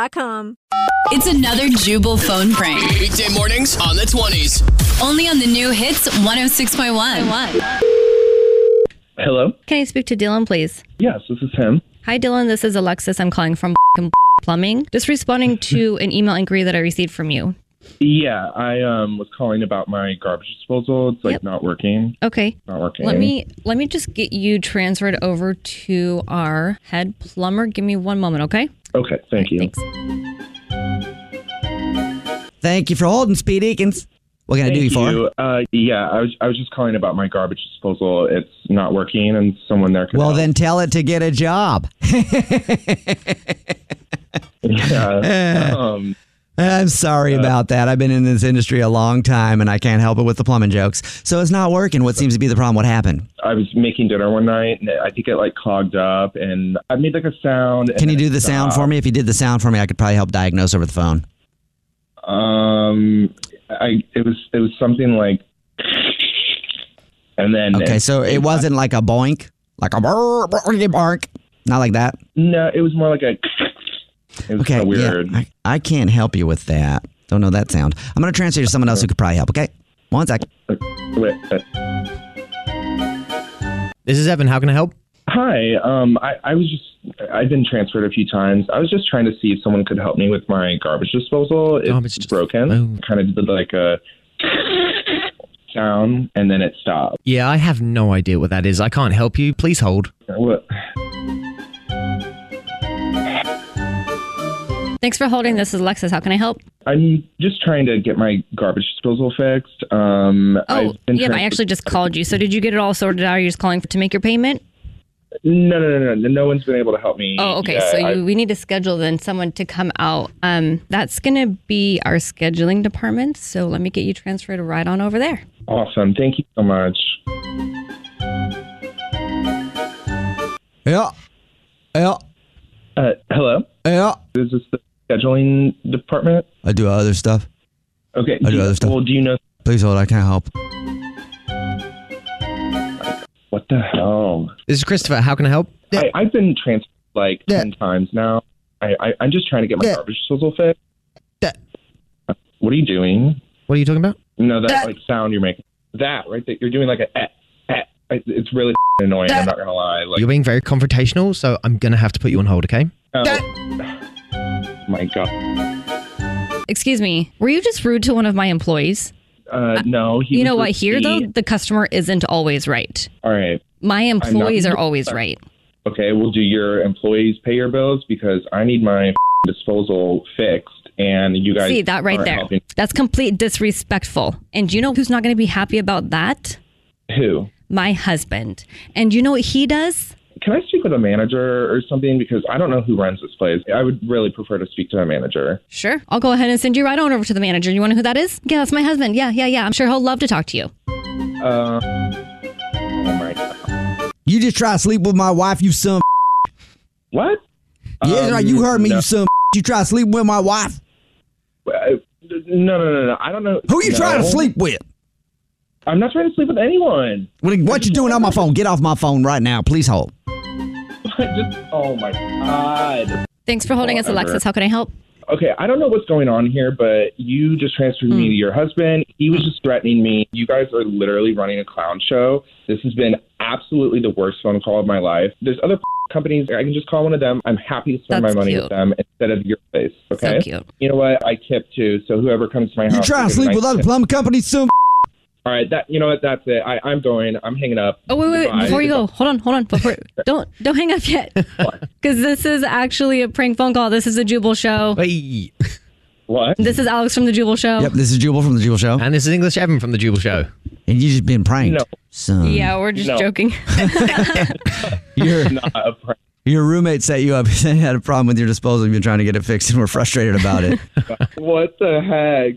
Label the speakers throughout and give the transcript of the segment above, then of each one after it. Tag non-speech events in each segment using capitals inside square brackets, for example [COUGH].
Speaker 1: It's another Jubal phone prank.
Speaker 2: Weekday mornings on the 20s.
Speaker 1: Only on the new hits 106.1.
Speaker 3: Hello?
Speaker 4: Can I speak to Dylan, please?
Speaker 3: Yes, this is him.
Speaker 4: Hi, Dylan. This is Alexis. I'm calling from [LAUGHS] plumbing. Just responding to an email inquiry that I received from you.
Speaker 3: Yeah, I um, was calling about my garbage disposal. It's like
Speaker 4: Yep.
Speaker 3: not working.
Speaker 4: Okay.
Speaker 3: Not working.
Speaker 4: Let me let me just get you transferred over to our head plumber. Give me one moment, okay?
Speaker 3: Okay, thank you.
Speaker 5: Thank you for holding, Speed Eakins. What can I do you
Speaker 3: Thank
Speaker 5: for?
Speaker 3: you. Uh, yeah, I was I was just calling about my garbage disposal. It's not working, and someone there. Could
Speaker 5: Well,
Speaker 3: help.
Speaker 5: then tell it to get a job. [LAUGHS]
Speaker 3: Yeah. um, uh,
Speaker 5: I'm sorry about that. I've been in this industry a long time and I can't help it with the plumbing jokes. So it's not working. What seems to be the problem? What happened?
Speaker 3: I was making dinner one night, and I think it like clogged up, and I made like a sound.
Speaker 5: Can you do the sound for me? If you did the sound for me, I could probably help diagnose over the phone.
Speaker 3: Um, I it was it was something like, and then
Speaker 5: Okay, so it wasn't like a boink, like a brr, brr, bark, not like that.
Speaker 3: no, it was more like a. It was
Speaker 5: Okay,
Speaker 3: kinda
Speaker 5: yeah,
Speaker 3: weird.
Speaker 5: I, I can't help you with that. Don't know that sound. I'm gonna transfer you to someone else who could probably help. Okay, one sec.
Speaker 3: Wait, uh,
Speaker 6: This is Evan. How can I help?
Speaker 3: Hi. Um, I, I was just I've been transferred a few times. I was just trying to see if someone could help me with my garbage disposal. It's broken.
Speaker 6: Oh.
Speaker 3: Kind of did like a sound, and then it stopped.
Speaker 6: Yeah, I have no idea what that is. I can't help you. Please hold.
Speaker 3: What?
Speaker 4: Thanks for holding. This is Alexis. How can I help?
Speaker 3: I'm just trying to get my garbage disposal fixed. Um,
Speaker 4: Oh,
Speaker 3: I've been
Speaker 4: yeah, I
Speaker 3: transferred-
Speaker 4: actually just called you. So did you get it all sorted out? Are you just calling for, to make your payment?
Speaker 3: No, no, no, no. No one's been able to help me.
Speaker 4: Oh, okay.
Speaker 3: yet.
Speaker 4: so you,
Speaker 3: I-
Speaker 4: we need to schedule then someone to come out. Um, that's gonna be our scheduling department. So let me get you transferred right on over there.
Speaker 3: awesome. Thank you so much.
Speaker 5: Yeah. Yeah.
Speaker 3: Uh, hello.
Speaker 5: Yeah.
Speaker 3: Is this the scheduling department?
Speaker 5: I do other stuff.
Speaker 3: Okay.
Speaker 5: I
Speaker 3: do
Speaker 5: do
Speaker 3: you-
Speaker 5: other stuff.
Speaker 3: Well, do you know
Speaker 5: Please hold. I can't help.
Speaker 3: what the hell?
Speaker 6: This is Christopher. How can I help?
Speaker 3: I, I've been transferred like ten times now. I, I I'm just trying to get my garbage disposal fixed. What are you doing?
Speaker 6: What are you talking about?
Speaker 3: No, that like sound you're making. That right? That you're doing like a. Eh, eh. It- It's really [LAUGHS] annoying. I'm not gonna lie. Like,
Speaker 6: You're being very confrontational, so I'm gonna have to put you on hold. Okay.
Speaker 3: oh. my god.
Speaker 4: Excuse me. Were you just rude to one of my employees?
Speaker 3: Uh, no. He
Speaker 4: you
Speaker 3: was
Speaker 4: know what?
Speaker 3: just
Speaker 4: Here though,
Speaker 3: being-
Speaker 4: the customer isn't always right.
Speaker 3: All right.
Speaker 4: My
Speaker 3: not-
Speaker 4: employees are always right.
Speaker 3: Okay. Well, do your employees pay your bills because I need my [LAUGHS] disposal fixed, and you guys
Speaker 4: See that right
Speaker 3: aren't
Speaker 4: there.
Speaker 3: helping.
Speaker 4: That's complete disrespectful. And you know who's not going to be happy about that?
Speaker 3: Who?
Speaker 4: My husband. And you know what he does?
Speaker 3: Can I speak with a manager or something? Because I don't know who runs this place. I would really prefer to speak to a manager.
Speaker 4: Sure. I'll go ahead and send you right on over to the manager. You want to know who that is? Yeah, that's my husband. Yeah, yeah, yeah. I'm sure he'll love to talk to you.
Speaker 3: Uh, oh my god.
Speaker 5: You just try to sleep with my wife, you son. of a-
Speaker 3: What? Um,
Speaker 5: yeah, right. You heard me,
Speaker 7: no.
Speaker 5: you son. Of a- [LAUGHS] you try to sleep with my wife.
Speaker 7: I- No, no, no, no. I don't know.
Speaker 5: Who you
Speaker 7: No.
Speaker 5: trying to sleep with?
Speaker 7: I'm not trying to sleep with anyone.
Speaker 5: What, what you doing on my phone? Get off my phone right now, please. Hold.
Speaker 7: Just, oh my god.
Speaker 4: Thanks for holding us,
Speaker 7: Whatever.
Speaker 4: Alexis. How can I help?
Speaker 7: Okay, I don't know what's going on here, but you just transferred me
Speaker 5: Hmm.
Speaker 7: to your husband. He was just threatening me. You guys are literally running a clown show. This has been absolutely the worst phone call of my life. There's other [LAUGHS] companies. I can just call one of them. I'm happy to spend
Speaker 5: That's
Speaker 7: my money
Speaker 5: cute.
Speaker 7: with them instead of your place. Okay.
Speaker 5: cute.
Speaker 7: You know what? I tip too. So whoever comes to my
Speaker 5: You
Speaker 7: house,
Speaker 5: trying to
Speaker 7: is a
Speaker 5: sleep
Speaker 7: nice
Speaker 5: with other
Speaker 7: tip.
Speaker 5: plumbing companies, son? of a-
Speaker 7: All right. That you know what? That's it. I, I'm going. I'm hanging up.
Speaker 4: Oh wait, wait, wait.
Speaker 7: Goodbye.
Speaker 4: before you go, hold on, hold
Speaker 8: [LAUGHS]
Speaker 4: on. Before don't don't hang up yet, because this is actually a prank phone call. This is a Jubal show.
Speaker 7: What?
Speaker 4: This is Alex from the Jubal show.
Speaker 5: Yep, this is Jubal from the Jubal Show,
Speaker 8: and this is English Evan from the Jubal Show.
Speaker 5: And you just been pranked,
Speaker 8: No.
Speaker 5: son.
Speaker 4: Yeah, we're just
Speaker 8: No.
Speaker 4: joking.
Speaker 5: Your,
Speaker 7: a
Speaker 5: your roommate set you up. [LAUGHS] They had a problem with your disposal. You've been trying to get it fixed, and we're frustrated about it.
Speaker 7: What the heck?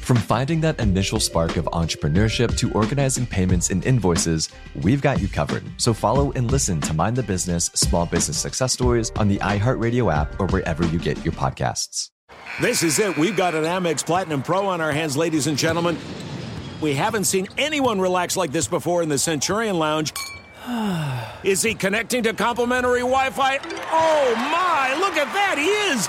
Speaker 9: From finding that initial spark of entrepreneurship to organizing payments and invoices, we've got you covered. So follow and listen to Mind the Business Small Business Success Stories on the iHeartRadio app or wherever you get your podcasts.
Speaker 10: This is it. We've got an Amex Platinum Pro on our hands, ladies and gentlemen. We haven't seen anyone relax like this before in the Centurion Lounge. Is he connecting to complimentary Wi Fi? Oh my, look at that! He is!